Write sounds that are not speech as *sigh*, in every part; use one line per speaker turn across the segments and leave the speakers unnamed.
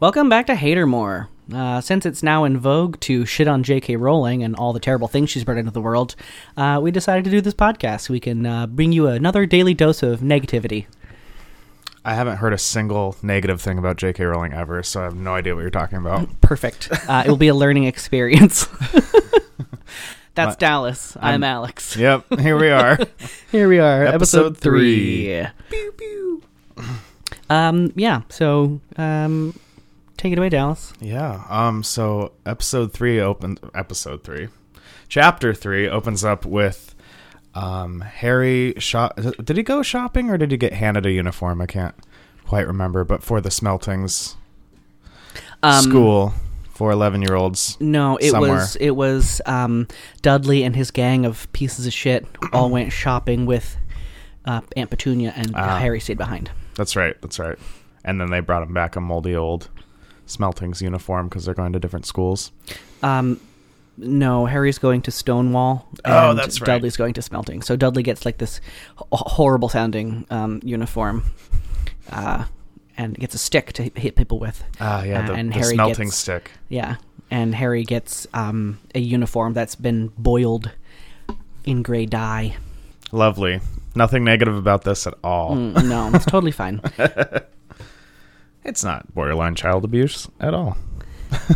Welcome back to Hatermore. Uh, since it's now in vogue to shit on J.K. Rowling and all the terrible things she's brought into the world, uh, we decided to do this podcast so we can uh, bring you another daily dose of negativity.
I haven't heard a single negative thing about J.K. Rowling ever, so I have no idea what you're
*laughs*
talking about.
Perfect. Uh, it will be a learning *laughs* experience. That's Dallas. I'm, Alex.
yep, here
*laughs*
we are.
Here we are,
Episode
episode, three. Um, yeah. So, um, take it away, Dallas.
yeah. Um. So episode three opens. Episode three, chapter three opens up with, um, Harry shop. Did he go shopping or did he get handed a uniform? I can't quite remember. But for the Smeltings
Um,
school for eleven year olds.
No, it
somewhere.
was it was um, Dudley and his gang of pieces of shit all went shopping with uh, Aunt Petunia, and
Ah.
Harry stayed behind.
That's right. That's right. And then they brought him back a moldy old Smeltings uniform because they're going to different schools.
Um, no, Harry's going to Stonewall.
Oh,
and
that's right.
Dudley's going to Smelting. So Dudley gets like this h- horrible sounding um, uniform, uh, and gets a stick to hit people with.
Ah, yeah,
Uh,
the,
and
the
Harry
smelting
gets-
stick.
Yeah, and Harry gets um, a uniform that's been boiled in gray dye.
Lovely. Nothing negative about this at all.
Mm, no, it's totally
*laughs*
fine.
It's not borderline child abuse at all.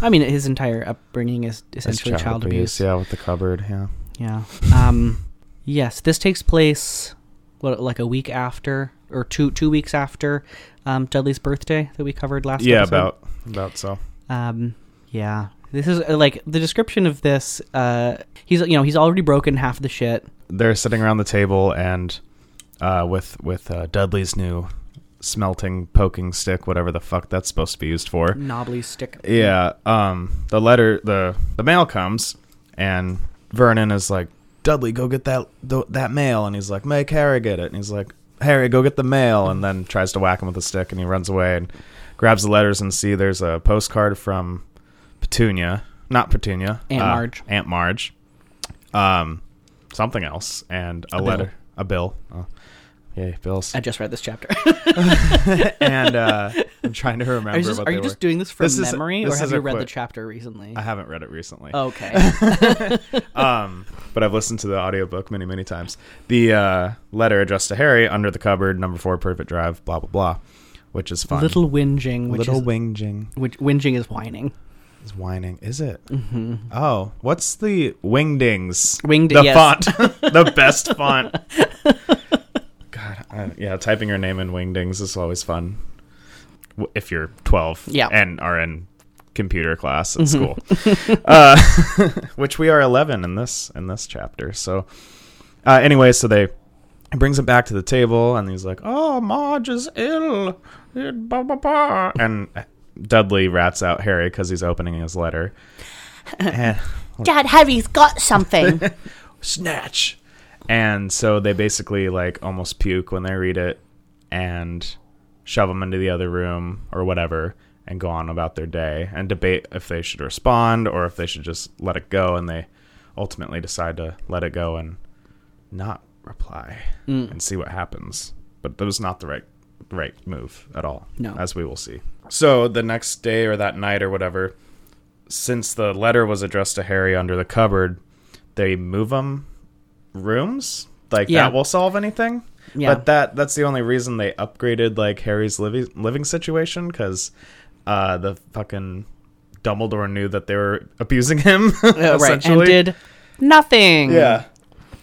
I mean, his entire upbringing is
It's
essentially child, abuse.
Yeah, with the cupboard. Yeah.
Yeah. Um, yes, this takes place what like a week after or two two weeks after um, Dudley's birthday that we covered last.
Yeah,
episode.
about about so.
Um, yeah, this is uh, like the description of this. Uh, he's you know he's already broken half the shit.
They're sitting around the table and uh, with with uh, Dudley's new smelting poking stick, whatever the fuck that's supposed to be used for.
Knobbly stick.
Yeah. Um. The letter, the the mail comes, and Vernon is like, Dudley, go get that th- that mail, and he's like, make Harry get it, and he's like, Harry, go get the mail, and then tries to whack him with a stick, and he runs away and grabs the letters and see there's a postcard from Petunia, not Petunia,
Aunt
uh,
Marge.
Aunt Marge, um, something else, and a,
bill.
letter, a bill. Oh. Yay,
*laughs*
bills.
I just read this chapter.
and uh, I'm trying to remember
are you, just,
what
are
they
you
were.
just doing this from
This is-
memory,
this
or have
is
you
a
read the
quick-
chapter recently?
I haven't read it
Oh,
recently.
okay.
um, but I've listened to the audiobook many, many times. The uh, letter addressed to Harry under the cupboard, number four, perfect drive, blah, blah, blah, which is fun.
Little whinging, which
Little
is
whinging
which whinging is whining.
is whining. Is it? Mm-hmm. Oh, what's the wingdings?
Winged-
the
yes.
*laughs* font, the best font. God, I, yeah, typing your name in wingdings is always fun. W- If you're 12
Yeah.
and are in computer class at school, uh, *laughs* which we are 11 in this in this chapter. So, uh, anyway, so they he brings it back to the table and he's like, "Oh, Marge is ill." Eh, Blah, blah, blah. And uh, Dudley rats out Harry because he's opening his letter. And-
Dad, Harry's got something.
snatch. And so they basically like almost puke when they read it and shove them into the other room or whatever and go on about their day and debate if they should respond or if they should just let it go. And they ultimately decide to let it go and not reply and see what happens. But that was not the right right move at all.
No.
As we will see. So the next day or that night or whatever, since the letter was addressed to Harry under the cupboard, they move them rooms. Like
Yeah.
that will solve anything.
Yeah.
But that that's the only reason they upgraded like Harry's living living situation because uh, the fucking Dumbledore knew that they were abusing him. *laughs*
Uh, *laughs* right, and
essentially.
did nothing.
yeah.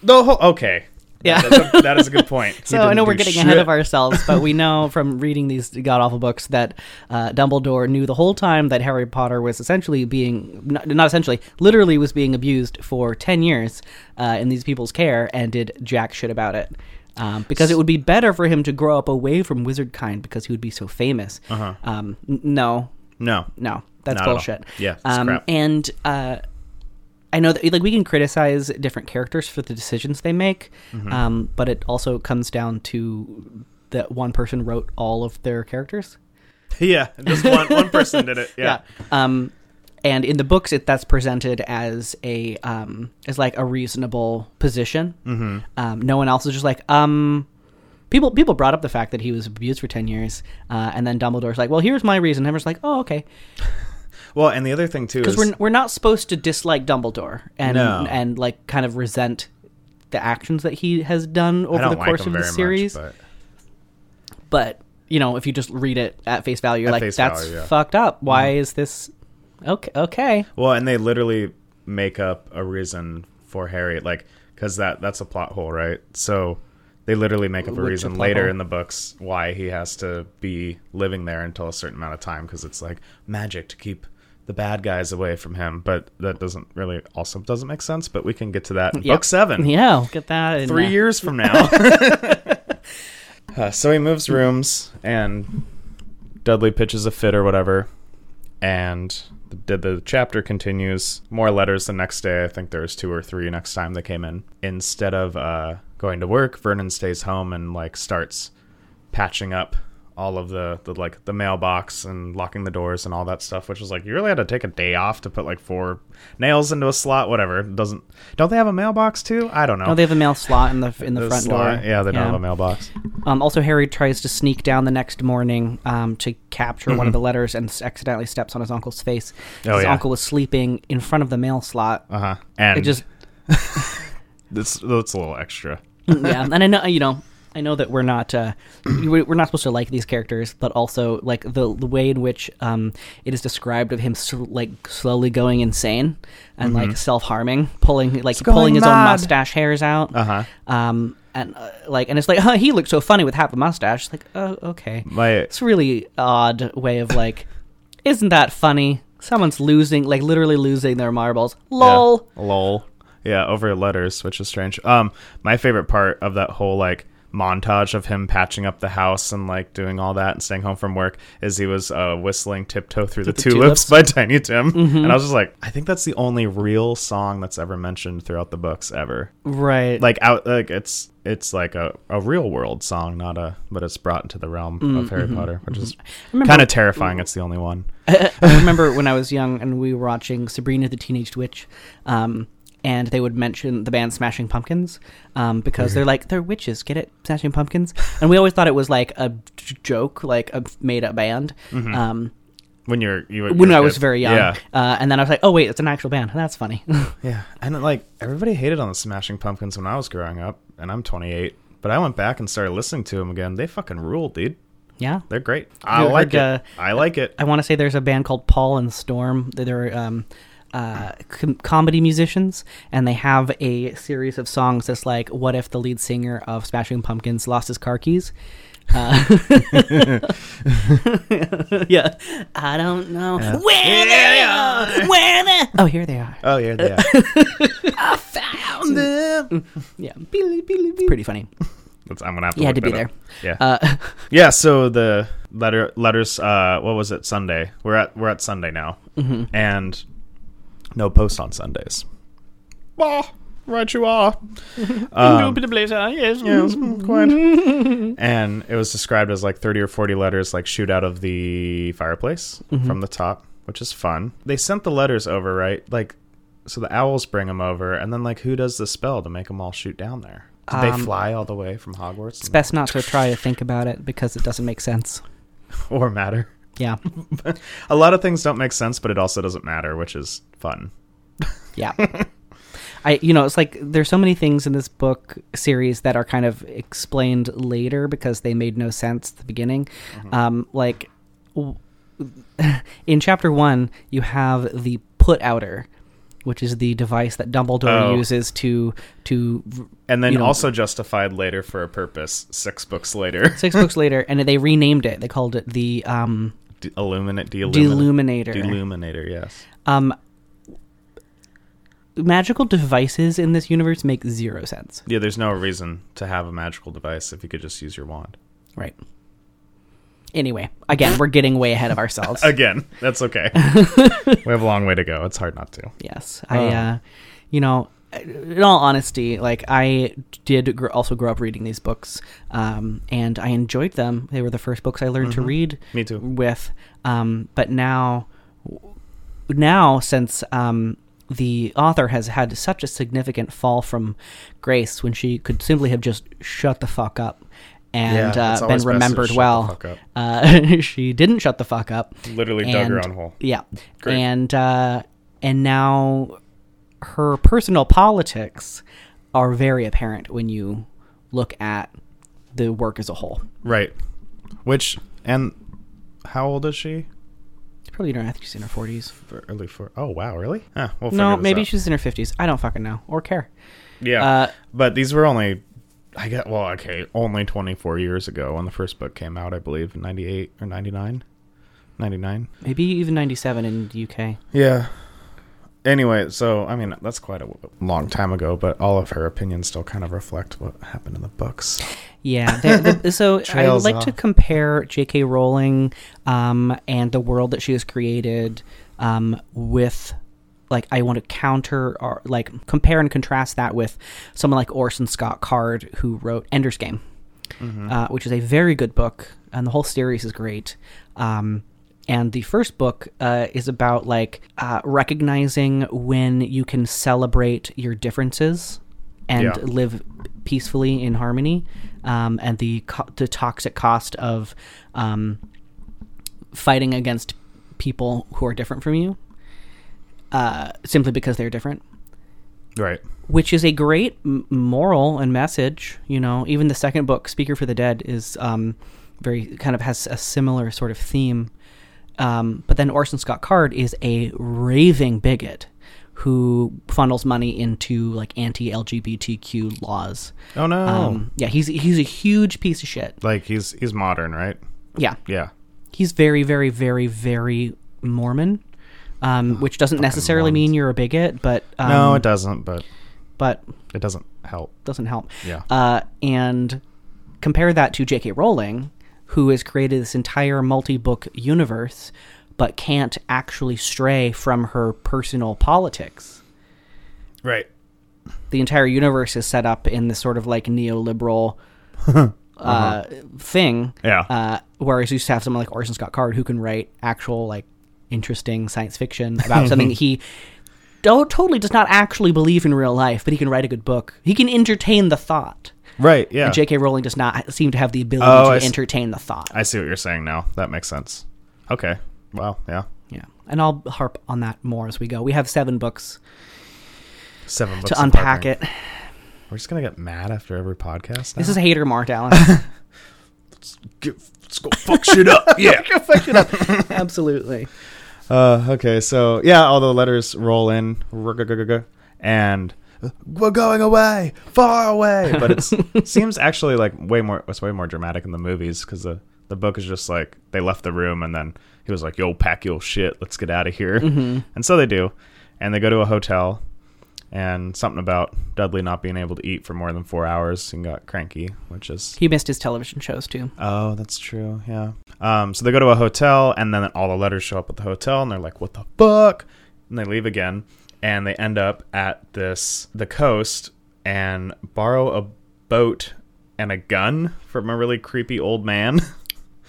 The whole okay.
Yeah.
That's a, that is a good point. He
*laughs* So I
didn't
know we're
do
getting ahead
shit.
of ourselves, but we
*laughs*
know from reading these god awful books that uh, Dumbledore knew the whole time that Harry Potter was essentially being not, not essentially literally was being abused for ten years uh, in these people's care and did jack shit about it. Um, because it would be better for him to grow up away from wizard kind because he would be so famous. Uh-huh. Um, n- no,
No. *laughs*
no, that's
Not at all.
bullshit.
Yeah, it's
um,
crap.
and uh, I know that like we can criticize different characters for the decisions they make,
Mm-hmm.
um, but it also comes down to that one person wrote all of their characters.
Yeah. Just one, one person did it.
*laughs*
Yeah.
Um, and in the books, it that's presented as a um, as like a reasonable position. Mm-hmm. Um, no one else is just like um, people people brought up the fact that he was abused for ten years, uh, and then Dumbledore's like, "Well, here's my reason." Hemmer's like, "Oh, okay,"
Well, and the other thing too
because
is
we're we're not supposed to dislike Dumbledore and
No.
and like kind of resent the actions that he has done
I
over
don't
the
like
course
him
of the
very much,
series.
but-
but you know, if you just read it at face value, you're
At
like,
face
"That's
value, yeah. Mm-hmm.
fucked up. Why is this?" Okay, okay.
Well, and they literally make up a reason for Harry, like because that that's a plot hole, right? So they literally make up
Which
a
a
reason
plot
later
hole?
in the books why he has to be living there until a certain amount of time because it's like magic to keep the bad guys away from him. But that doesn't really also doesn't make sense. But we can get to that in
Yeah.
book seven
Yeah, we'll get that. In
three
there.
years
*laughs*
from now. Uh, so he moves rooms, and Dudley pitches a fit or whatever, and the, the chapter continues. More letters the next day. I think there was two or three next time they came in. Instead of uh, going to work, Vernon stays home and like starts patching up all of the, the like the mailbox and locking the doors and all that stuff which is like you really had to take a day off to put like four nails into a slot whatever It doesn't don't they have a mailbox too i don't know
No, Oh, they have a mail slot in the in the, front
slot-
door.
Yeah, they don't have a mailbox.
Um, also, Harry tries to sneak down the next morning um, to capture one of the letters and s- accidentally steps on his uncle's face.
Mm-hmm. Oh,
his
yeah.
uncle was sleeping in front of the mail slot.
Uh huh. And
It just
this that's a little extra.
*laughs* yeah, and I know you know I know that we're not uh, *clears throat* we- we're not supposed to like these characters, but also like the the way in which um, it is described of him sl- like slowly going insane and like self harming, pulling like
Mm-hmm. going
pulling his own
mad.
mustache hairs out.
Uh huh.
Um, and uh, like, and it's like, huh, he looks so funny with half a mustache. It's like, oh, okay.
My
It's a really odd way of like, *laughs* isn't that funny? Someone's losing, like literally losing their marbles. Lol.
Yeah, lol. Yeah, over letters, which is strange. Um, my favorite part of that whole like montage of him patching up the house and like doing all that and staying home from work is he was uh, whistling "Tiptoe Through the,
the Tulips.
tulips,
Mm-hmm.
by Tiny Tim, and I was just like, I think that's the only real song that's ever mentioned throughout the books ever.
Right.
Like out, like it's it's like a, a real world song, not a but it's brought into the realm
Mm,
of Harry Potter, which is
mm-hmm, Remember-
kind of terrifying. It's the only one. *laughs*
I remember when I was young and we were watching Sabrina the Teenage Witch, um, and they would mention the band Smashing Pumpkins um, because
Mm-hmm.
they're like they're witches. Get it, Smashing Pumpkins? And we always thought it was like a j- joke, like a made up band. Um,
when you're you were,
when
you're
I
a
was
kid.
very young,
Mm-hmm. Yeah,
uh, and then I was like, oh wait, it's an actual band. That's funny. *laughs*
yeah, and like everybody hated on the Smashing Pumpkins when I was growing up, and I'm 28, but I went back and started listening to them again. They fucking rule, dude.
yeah.
They're great. I
You
like
heard, uh,
it. I like it.
I want to say there's a band called Paul and Storm. They're- They're um, uh, com- comedy musicians, and they have a series of songs that's like, "What if the lead singer of Smashing Pumpkins lost his car keys?" Uh, *laughs* yeah, I don't know where they are. Where they? Oh, here they are.
Oh yeah,
*laughs*
yeah.
Found
That's,
Yeah, pretty funny.
I'm gonna have to.
You had
look
to be
that up. Yeah,
Uh,
yeah. So the letter letters. Uh, what was it? Sunday. We're at we're at Sunday now, and no post on Sundays. Bah, right you are. Um, Yes, mm, quite. and it was described as like 30 or 40 letters like shoot out of the fireplace from the top, which is fun. They sent the letters over, right? Like, so the owls bring them over, and then like who does the spell to make them all shoot down there? Did
Um,
they fly all the way from Hogwarts?
it's best not to try to think about it because it doesn't make sense.
or matter.
Yeah,
A lot of things don't make sense, but it also doesn't matter, which is fun.
Yeah. I you know, it's like there's so many things in this book series that are kind of explained later because they made no sense at the beginning. Um like w- *laughs* in chapter 1, you have the put outer which is the device that Dumbledore
Oh.
uses to to
And then
You know-
also justified later for a purpose, six books later.
six books later and they renamed it. They called it the um
*laughs* D- illuminate, deilluminate.
Deluminator.
Deluminator, yes.
um magical devices in this universe make zero sense.
Yeah, there's no reason to have a magical device if you could just use
*laughs*
your wand.
Right. Anyway, again, we're getting way ahead of
*laughs*
ourselves.
Again,
*laughs*
that's okay. we have a long way to go. It's hard not to.
yes, I, uh, you know, in all honesty, like I did gr- also grow up reading these books, um, and I enjoyed them. They were the first books I learned to read.
Mm-hmm. Me too.
With, um, but now, now since um, the author has had such a significant fall from grace when she could simply have just shut the fuck up and
Yeah,
uh,
it's
been
always best to
remembered
shut the
well.
fuck up.
*laughs* Uh, she didn't shut the fuck up.
Literally dug her
and-
own hole.
Yeah,
Great.
and uh, and now her personal politics are very apparent when you look at the work as a whole.
Right. Which and how old is she?
Probably don't. I think she's in her forties.
For early for oh wow really? Huh, we'll
No,
figure this
maybe
out.
she's in her fifties. I don't fucking know or care.
yeah.
uh,
but these were only I got well okay only twenty four years ago when the first book came out I believe in ninety eight or ninety nine. 99
Maybe even ninety-seven in the UK.
yeah anyway so i mean that's quite a w- long time ago but all of her opinions still kind of reflect what happened in the books
Yeah. The, the, so I would
Trails
like to
off.
compare J.K. Rowling um, and the world that she has created um, with, like, I want to counter or like compare and contrast that with someone like Orson Scott Card, who wrote Ender's Game, uh, which is a very good book, and the whole series is great. Um, and the first book uh, is about like uh, recognizing when you can celebrate your differences and
Yeah.
live peacefully in harmony, um, and the co- the toxic cost of um, fighting against people who are different from you, uh, simply because they're different.
right
Which is a great m- moral and message. You know, even the second book, "Speaker for the Dead," is um, very kind of has a similar sort of theme. Um, but then Orson Scott Card is a raving bigot who funnels money into like anti-LGBTQ laws.
oh no
Um, yeah, he's he's a huge piece of shit.
like he's he's modern right
Yeah,
yeah
he's very, very, very, very Mormon, um, which doesn't necessarily
Mormons.
mean you're a bigot, but um,
no it doesn't but
but
it doesn't help
doesn't help.
Yeah.
Uh, and compare that to J.K. Rowling, who has created this entire multi-book universe, but can't actually stray from her personal politics.
right
the entire universe is set up in this sort of like
*laughs*
neoliberal uh, thing.
Uh-huh. Yeah.
Uh, whereas you just have someone like Orson Scott Card who can write actual like interesting science fiction
*laughs*
about something that he do- totally does not actually believe in real life, but he can write a good book. He can entertain the thought.
right yeah
And J.K. Rowling does not seem to have the ability
Oh, I
to
s-
entertain the thought.
I see what you're saying now. That makes sense. Okay. Wow. Yeah.
yeah. And I'll harp on that more as we go. We have seven books
Seven books
to unpack it.
We're just gonna get mad after every podcast. Now.
This is Hater Mart,
*laughs*
Alan.
Get, let's go fuck shit *laughs* up. Yeah.
Absolutely.
Uh, okay. So yeah, all the letters roll in, ruggagugaga, and uh, we're going away, far *laughs* away. But it's, it seems actually like way more. It's way more dramatic in the movies because the the book is just like they left the room and then he was like, "Yo, pack your shit, let's get out of here." And so they do, and they go to a hotel. And something about Dudley not being able to eat for more than four hours and got cranky, which is
He missed his television shows too.
Oh, that's true. Yeah. Um, so they go to a hotel, and then all the letters show up at the hotel, and they're like, "What the fuck?" And they leave again, and they end up at this the coast and borrow a boat and a gun from a really creepy old man. *laughs*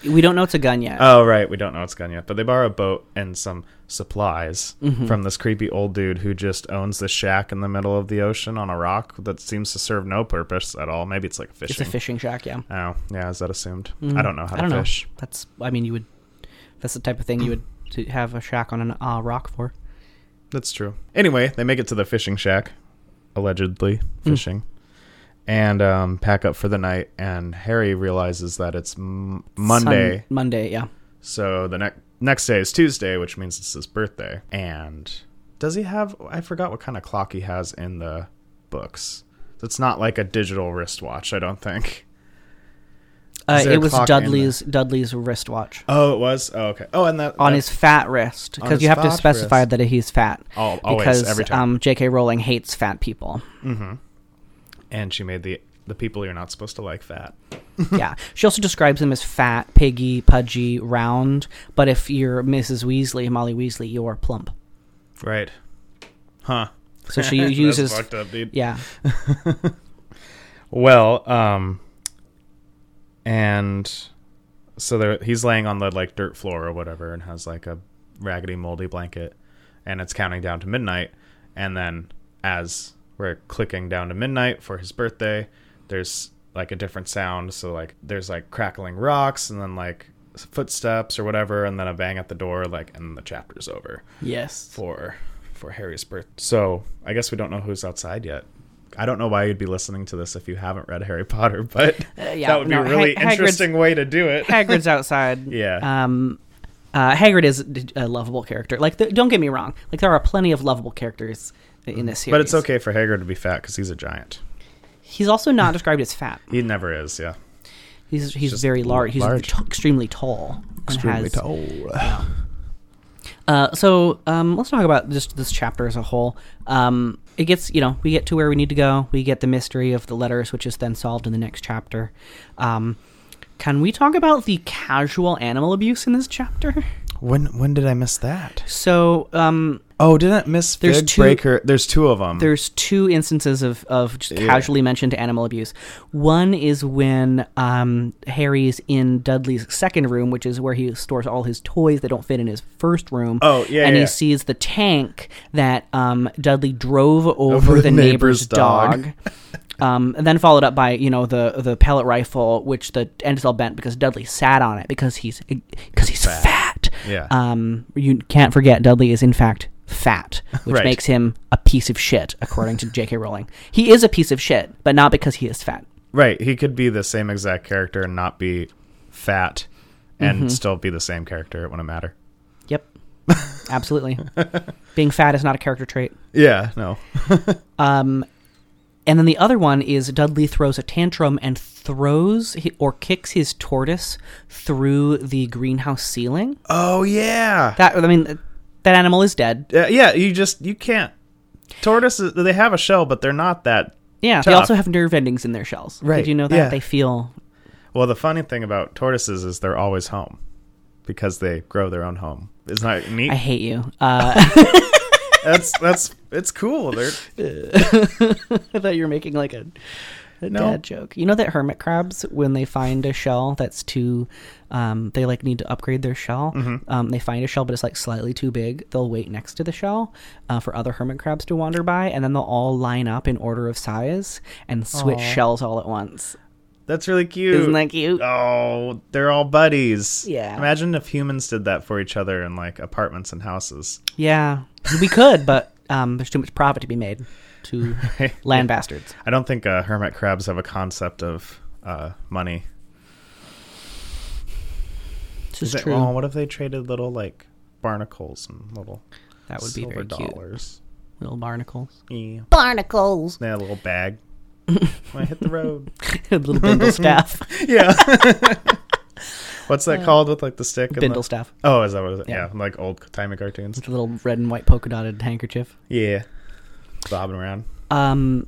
We don't know it's a gun yet.
oh, right. We don't know it's a gun yet, but they borrow a boat and some supplies
Mm-hmm.
from this creepy old dude who just owns the shack in the middle of the ocean on a rock that seems to serve no purpose at all. Maybe it's like fishing.
it's a fishing shack, yeah.
Oh, yeah. Is that assumed? I don't know how
I don't
to
know.
fish.
That's I mean you would that's the type of thing you would to have a shack on an uh, rock for.
That's true. Anyway, they make it to the fishing shack, allegedly fishing, and um, pack up for the night. And Harry realizes that it's m- Monday,
Sun- Monday, yeah.
so the next next day is Tuesday, which means it's his birthday. And does he have? I forgot what kind of clock he has in the books. It's not like a digital wristwatch, I don't think.
Uh,
there a
it was
clock in
Dudley's Dudley's wristwatch
Oh, it was. Oh, okay. Oh, and that
on
that-
his fat wrist because
his
you have to
fat
specify
wrist.
that he's fat
Al- always,
because
every time.
um J.K. Rowling hates fat people.
and she made the the people you're not supposed to like fat.
yeah. She also describes him as fat, piggy, pudgy, round, but if you're Mrs. Weasley, Molly Weasley, you're plump.
Right. Huh.
So
*laughs*
she
That's
uses
fucked up, dude.
yeah.
Well, um, and so there, he's laying on the like dirt floor or whatever, and has like a raggedy, moldy blanket, and it's counting down to midnight. And then, as we're clicking down to midnight for his birthday, there's like a different sound. So like there's like crackling rocks and then like footsteps or whatever, and then a bang at the door, like and the chapter's over
Yes.
for for Harry's birth. So I guess we don't know who's outside yet. I don't know why you'd be listening to this if you haven't read Harry Potter, *laughs* but
Uh, yeah,
that would be
no,
a really
Hag- Hagrid's-
interesting way to do it.
Hagrid's outside.
Yeah.
Um, uh, Hagrid is a lovable character. Like, the, don't get me wrong. Like, there are plenty of lovable characters in this series.
but it's okay for Hagrid to be fat because he's a giant.
He's also not described as fat.
He never is. Yeah.
He's he's
just
very large. He's
large.
t- extremely tall. and has-
tall.
Uh, so um, let's talk about just this chapter as a whole. Um, it gets you know we get to where we need to go. We get the mystery of the letters, which is then solved in the next chapter. Um, can we talk about the casual animal abuse in this chapter? *laughs*
When when did I miss that?
So um,
Oh, didn't miss
There's
Fig
two-
Breaker? There's two of them.
there's two instances of, of just casually mentioned animal abuse. One is when um, Harry's in Dudley's second room, which is where he stores all his toys that don't fit in his first room.
Oh, yeah,
And
yeah,
he
yeah.
sees the tank that um, Dudley drove over, the, neighbor's, dog. *laughs* Um, and then followed up by you know the the pellet rifle, which the end is all bent because Dudley sat on it because he's because he's fat.
Yeah.
Um, you can't forget Dudley is in fact
*laughs*
fat, which
Right.
makes him a piece of shit, according to J.K. Rowling. He is a piece of shit, but not because he is fat.
Right. He could be the same exact character and not be fat and
Mm-hmm.
still be the same character. It wouldn't matter.
Yep, *laughs* absolutely. Being fat is not a character trait.
Yeah. No.
And then the other one is Dudley throws a tantrum and throws hi- or kicks his tortoise through the greenhouse ceiling.
Oh yeah.
That I mean, that animal is dead.
Uh, yeah. You just you can't. Tortoises they have a shell, but they're not that.
Yeah, they
Tough.
also have nerve endings in their shells.
Right,
Did you know that
yeah.
they feel?
Well, the funny thing about tortoises is they're always home because they grow their own home. Isn't that neat?
I hate you. Uh,
that's that's it's cool. They're
I thought you were making like a, a
No.
dad joke. You know that hermit crabs, when they find a shell that's too, um, they like need to upgrade their shell. Um, they find a shell, but it's like slightly too big. They'll wait next to the shell uh, for other hermit crabs to wander by, and then they'll all line up in order of size and switch shells all at once.
that's really cute.
Isn't that cute?
Oh, they're all buddies.
Yeah.
Imagine if humans did that for each other in like apartments and houses.
Yeah, we could, but um, there's too much profit to be made to land bastards.
I don't think uh, hermit crabs have a concept of uh, money.
This is
Is it-
true.
Oh, what if they traded little like barnacles and little
that would be
silver
very cute.
dollars?
Little barnacles, *laughs*
Yeah.
Barnacles.
They had a little bag. when I hit
*laughs*
the road.
little bindle staff,
Yeah. *laughs* What's that called with like the stick? and
bindle
the-
staff.
Oh, is that what? It is?
Yeah.
Yeah. like old timey
*laughs*
cartoons.
It's a little red and white polka dotted handkerchief.
Yeah, bobbing around.
Um,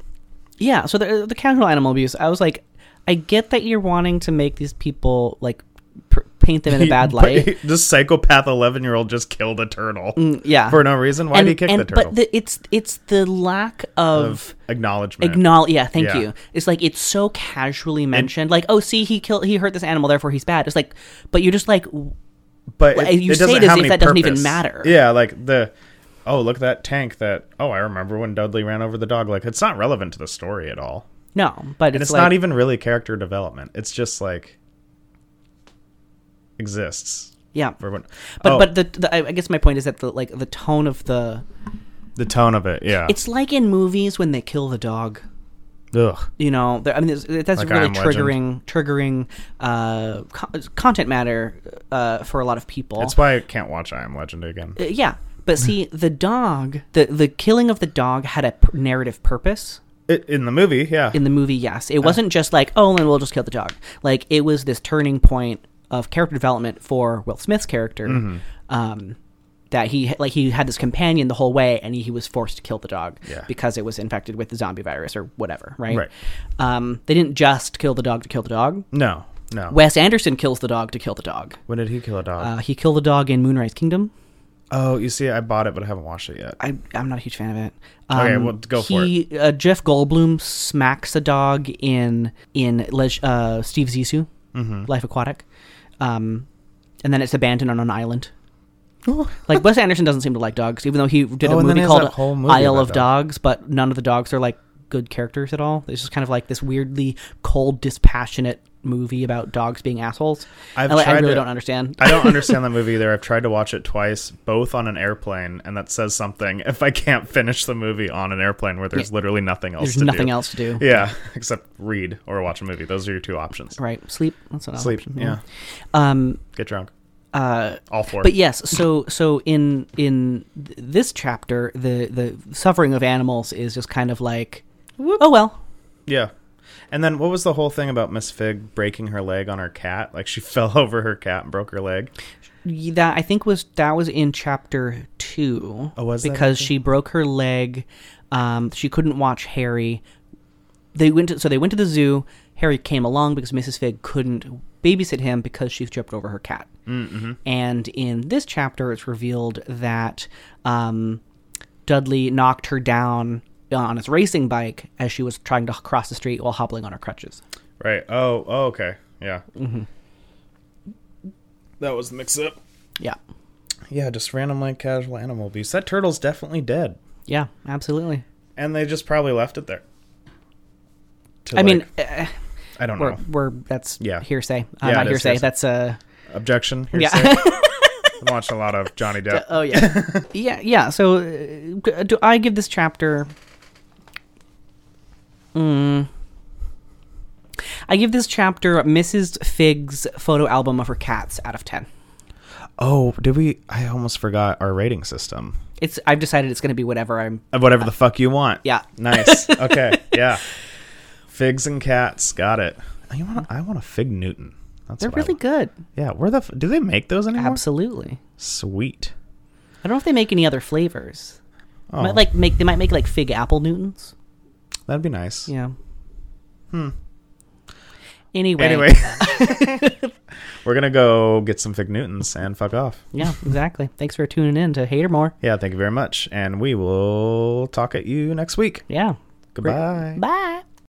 yeah. So the the casual animal abuse. I was like, I get that you're wanting to make these people like pr- paint them in a bad
*laughs* But
light.
this psychopath eleven-year-old just killed a turtle
yeah.
*laughs* for no reason. Why
and,
did he kick
and-
the turtle?
But the, it's it's the lack of.
of acknowledgement.
Acknowledge, yeah, thank
Yeah.
you. It's like it's so casually mentioned, like, oh, see, he killed, he hurt this animal, therefore he's bad. It's like, but you're just like, w-
but
Well,
it,
you
it
say
doesn't
it as
have
if
any
that doesn't even
purpose.
matter.
Yeah, like the oh look at that tank that oh I remember when Dudley ran over the dog. Like it's not relevant to the story at all,
no, but
and
it's,
it's
like,
not even really character development. It's just like exists.
yeah.
For what,
But
oh,
but the, the I I guess my point is that the like the tone of the
the tone of it, yeah.
it's like in movies when they kill the dog.
Ugh.
you know there, i mean there's, that's
Like I
really
Am Legend.
triggering triggering uh, co- content matter uh, for a lot of people
That's why I can't watch I Am Legend again.
Uh, yeah but see the dog the the killing of the dog had a p- narrative purpose
It, in the movie, yeah.
in the movie yes it wasn't just like oh and we'll just kill the dog like it was this turning point of character development for will smith's character um that he like he had this companion the whole way and he, he was forced to kill the dog
Yeah.
because it was infected with the zombie virus or whatever right,
Right.
um they didn't just kill the dog to kill the dog
no, no.
Wes Anderson kills the dog to kill the dog.
when did he kill a dog?
Uh, he killed the dog in Moonrise Kingdom.
oh, you see, I bought it, but I haven't watched it yet.
I, I'm not a huge fan of it. Um,
Okay, well, go for
he, Uh, Jeff Goldblum smacks a dog in in Leg- uh, Steve Zissou,
Mm-hmm.
Life Aquatic, um, and then it's abandoned on an island. like Wes Anderson doesn't seem to like dogs, even though he did
Oh,
a
and then
movie
he has
called
that whole movie
Isle
about
of
dogs.
Dogs, but none of the dogs are like good characters at all. It's just kind of like this weirdly cold, dispassionate movie about dogs being assholes.
I've
And, like, I
tried
really
to-
don't understand.
I don't understand that movie either. I've tried to watch it twice, both on an airplane, and that says something. If I can't finish the movie on an airplane where there's literally nothing else,
There's
to
nothing
do.
else to do.
Yeah, *laughs* except read or watch a movie. Those are your two options.
Right. Sleep. That's an
Sleep.
option.
Yeah,
Um,
get drunk.
uh,
All four.
But yes, so so in in th- this chapter, the the suffering of animals is just kind of like, oh well,
Yeah. And then what was the whole thing about Miss Fig breaking her leg on her cat? Like she *laughs* fell over her cat and broke her leg.
Y- that I think was that was in chapter two.
Oh, was that
because
actually?
she broke her leg. Um, she couldn't watch Harry. They went to, so they went to the zoo. Harry came along because Mrs. Fig couldn't babysit him because she tripped over her cat. Mm-hmm. And in this chapter, it's revealed that um, Dudley knocked her down on his racing bike as she was trying to cross the street while hobbling on her crutches.
Right. Oh, oh okay. Yeah. Mm-hmm. That was the mix up.
Yeah,
Yeah, just random like casual animal abuse. That turtle's definitely dead.
yeah, absolutely.
And they just probably left it there. To,
I mean,
like-
uh,
I don't
we're,
know.
we're that's
Yeah.
hearsay. Uh,
Yeah,
not
it is
hearsay.
hearsay.
That's uh
Objection.
*laughs* yeah.
Hearsay. I've watched a lot of Johnny Depp.
*laughs* oh yeah. *laughs* yeah, yeah. So uh, g- do I give this chapter Mm. I give this chapter Mrs. Fig's photo album of her cats out of 10.
Oh, did we? I almost forgot our rating system.
It's I've decided it's going to be whatever I'm
Of whatever the fuck you want.
yeah. *laughs*
Nice. Okay. yeah. Figs and cats. Got it. You want? I want a fig Newton. That's
They're
what I
really
want.
good.
Yeah. Where the? f- Do they make those anymore?
Absolutely.
Sweet.
I don't know if they make any other flavors.
Oh,
Might like make they might make like fig apple newtons.
that'd be nice.
Yeah. Hmm. Anyway.
Hmm. Anyway, *laughs* we're gonna go get some fig Newtons and fuck off.
Yeah, exactly. Thanks for tuning in to Hater More.
Yeah. Thank you very much, and we will talk at you next week.
Yeah.
Goodbye.
Bye.